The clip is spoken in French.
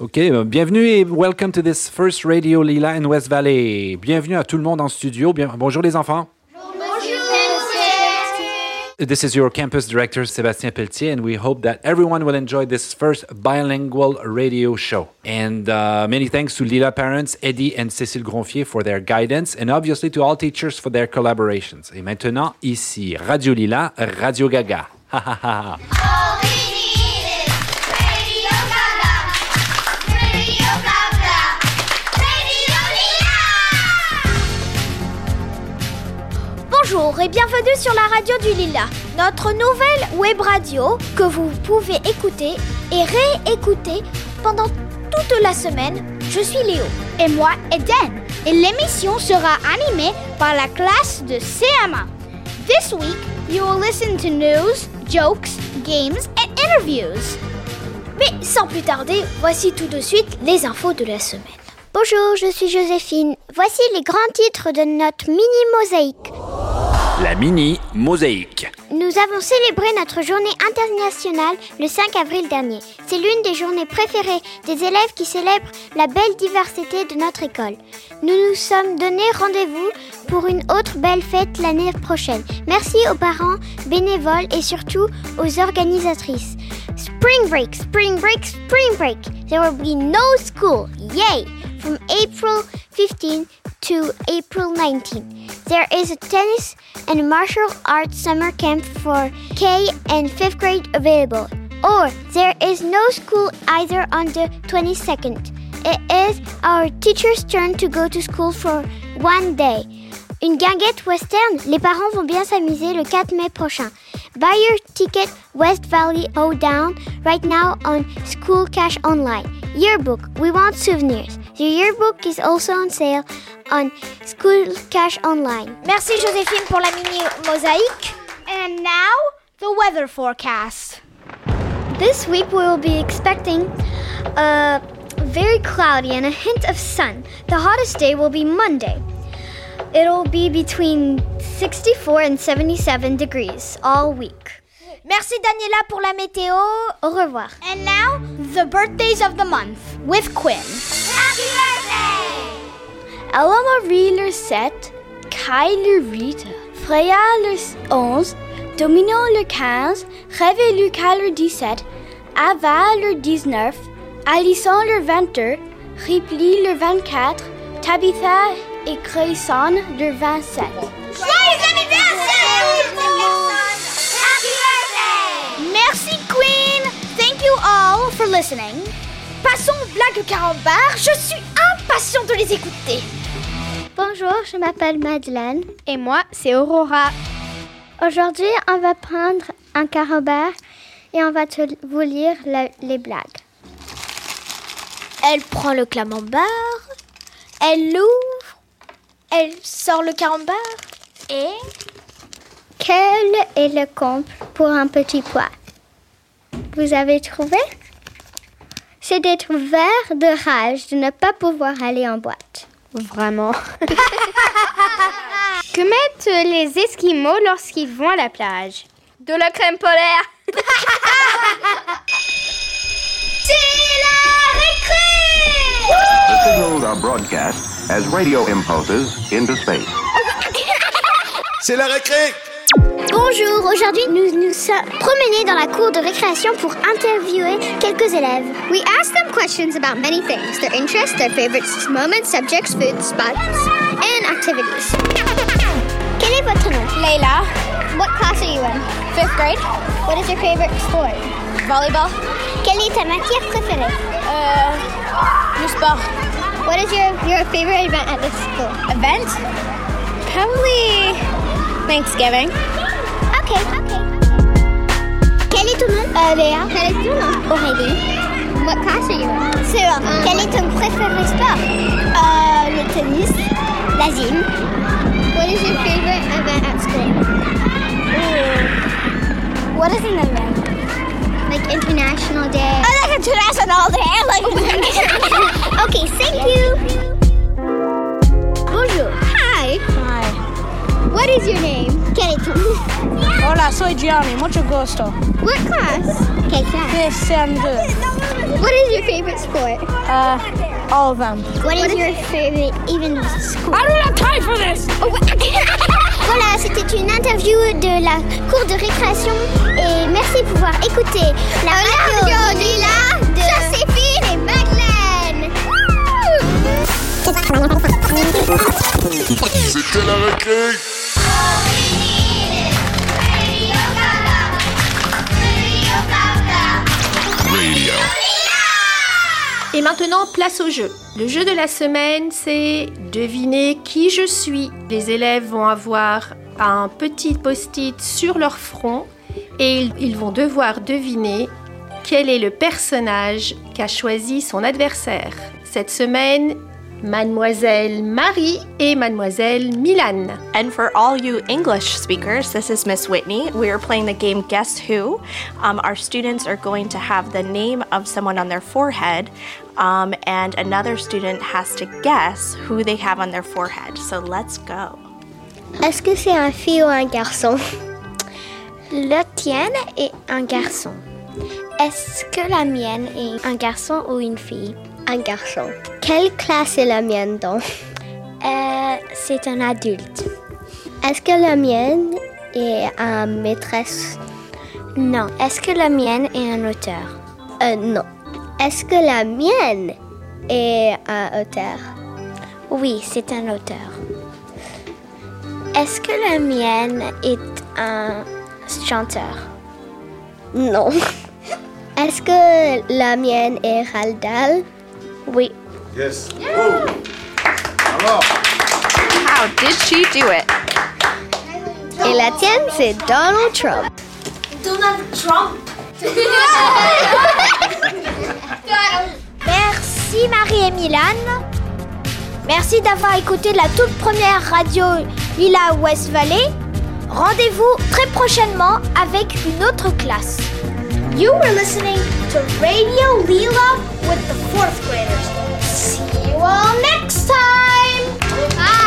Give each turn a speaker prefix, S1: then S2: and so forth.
S1: OK, euh, bienvenue et welcome to this first radio Lila in West Valley. Bienvenue à tout le monde en studio. Bien- bonjour les enfants. This is your campus director, Sébastien Pelletier, and we hope that everyone will enjoy this first bilingual radio show. And uh, many thanks to Lila parents, Eddie and Cécile Gronfier for their guidance, and obviously to all teachers for their collaborations. Et maintenant, ici, Radio Lila, Radio Gaga. Ha, ha, ha, ha.
S2: Bonjour et bienvenue sur la radio du Lila, notre nouvelle web radio que vous pouvez écouter et réécouter pendant toute la semaine. Je suis Léo. Et moi, Eden. Et l'émission sera animée par la classe de CM1. This week, you will listen to news, jokes, games and interviews. Mais sans plus tarder, voici tout de suite les infos de la semaine. Bonjour, je suis Joséphine. Voici les grands titres de notre mini-mosaïque.
S1: La mini mosaïque.
S2: Nous avons célébré notre journée internationale le 5 avril dernier. C'est l'une des journées préférées des élèves qui célèbrent la belle diversité de notre école. Nous nous sommes donné rendez-vous pour une autre belle fête l'année prochaine. Merci aux parents, bénévoles et surtout aux organisatrices. Spring break, spring break, spring break. There will be no school. Yay! From April 15 to April 19. There is a tennis and martial arts summer camp for K and 5th grade available. Or there is no school either on the 22nd. It is our teacher's turn to go to school for one day. Une guinguette western, les parents vont bien s'amuser le 4 mai prochain. Buy your ticket West Valley O Down right now on School Cash Online. Yearbook, we want souvenirs. The yearbook is also on sale on School Cash Online.
S3: Merci Joséphine pour la mini mosaïque. And now the weather forecast.
S2: This week we will be expecting uh, very cloudy and a hint of sun. The hottest day will be Monday. It'll be between 64 and 77 degrees all week.
S3: Merci Daniela pour la météo.
S2: Au revoir.
S3: And now the birthdays of the month with Quinn.
S2: Aloma Reeler 7, Kyler Reed, Freya le 11, Domino le 15, Révé Lucas le 17, Ava le 19, Alison le 22, Ripley le 24, Tabitha et Grayson le 27.
S3: Joyeux anniversaire Merci Queen. Thank you all for listening. Passons aux blagues carambar. Je suis impatient de les écouter.
S2: Bonjour, je m'appelle Madeleine.
S3: Et moi, c'est Aurora.
S2: Aujourd'hui, on va prendre un carobard et on va te- vous lire la- les blagues.
S3: Elle prend le clamambar, elle l'ouvre, elle sort le carambar et
S2: Quel est le comble pour un petit pois Vous avez trouvé C'est d'être vert de rage de ne pas pouvoir aller en boîte.
S4: Vraiment. que mettent les Esquimaux lorsqu'ils vont à la plage De la crème polaire.
S5: The signals are broadcast as radio impulses into space.
S6: C'est la récré
S2: Bonjour, aujourd'hui nous nous sommes promenés dans la cour de récréation pour interviewer quelques élèves. We asked them questions about many things, their interests, their favorites, moments, subjects, food, spots, and activities. Quel est votre nom? Leila. What class are you in? Fifth grade. What is your favorite sport? Volleyball. Euh, Quelle est ta matière préférée?
S4: Le sport.
S2: What is your, your favorite event at this school?
S4: Event Probably Thanksgiving.
S2: Ok, ok. Quel est ton nom? Euh, Léa. Quel est ton nom? Aurélie. What class are you in? Ah. Quel est ton préféré sport? Euh, le tennis. La gym. What is your favorite event at school? What is an event? Like International Day. Oh, like International Day. Like okay, thank you. Bonjour. Hi. Hi. What is your name? Quel est ton nom?
S7: Hola, soy Gianni, mucho gusto.
S2: What class? Okay, class.
S7: Fifth and
S2: What is your favorite sport?
S7: Uh, all of them.
S2: What is your favorite even school?
S7: I don't have time for this!
S2: Voilà, c'était une interview de la cour de récréation et merci de pouvoir écouter la radio, Lila de Joséphine et Madeleine.
S6: C'était la récré. Radio.
S8: Et maintenant, place au jeu. Le jeu de la semaine, c'est deviner qui je suis. Les élèves vont avoir un petit post-it sur leur front et ils- ils vont devoir deviner quel est le personnage qu'a choisi son adversaire. Cette semaine, mademoiselle Marie et mademoiselle Milan.
S9: And for all you English speakers, this is Miss Whitney. We are playing the game Guess Who. Um, our students are going to have the name of someone on their forehead, um, and another student has to guess who they have on their forehead. So let's go.
S2: Est-ce que c'est un fille ou un garçon La tienne est un garçon. Est-ce que la mienne est un garçon ou une fille Un garçon. Quelle classe est la mienne dans Euh, C'est un adulte. Est-ce que la mienne est un maîtresse Non. Est-ce que la mienne est un auteur Euh, Non. Est-ce que la mienne est un auteur Oui, c'est un auteur. Est-ce que la mienne est un chanteur Non. Est-ce que la mienne est Raldal Oui.
S6: Yes. Oh. Alors,
S9: How did she do it?
S2: Et la tienne, c'est Donald Trump. Merci Marie et Milan. Merci d'avoir écouté la toute première radio Lila West Valley. Rendez-vous très prochainement avec une autre classe. You were listening to Radio Lila with the fourth graders. See you all next time. Bye.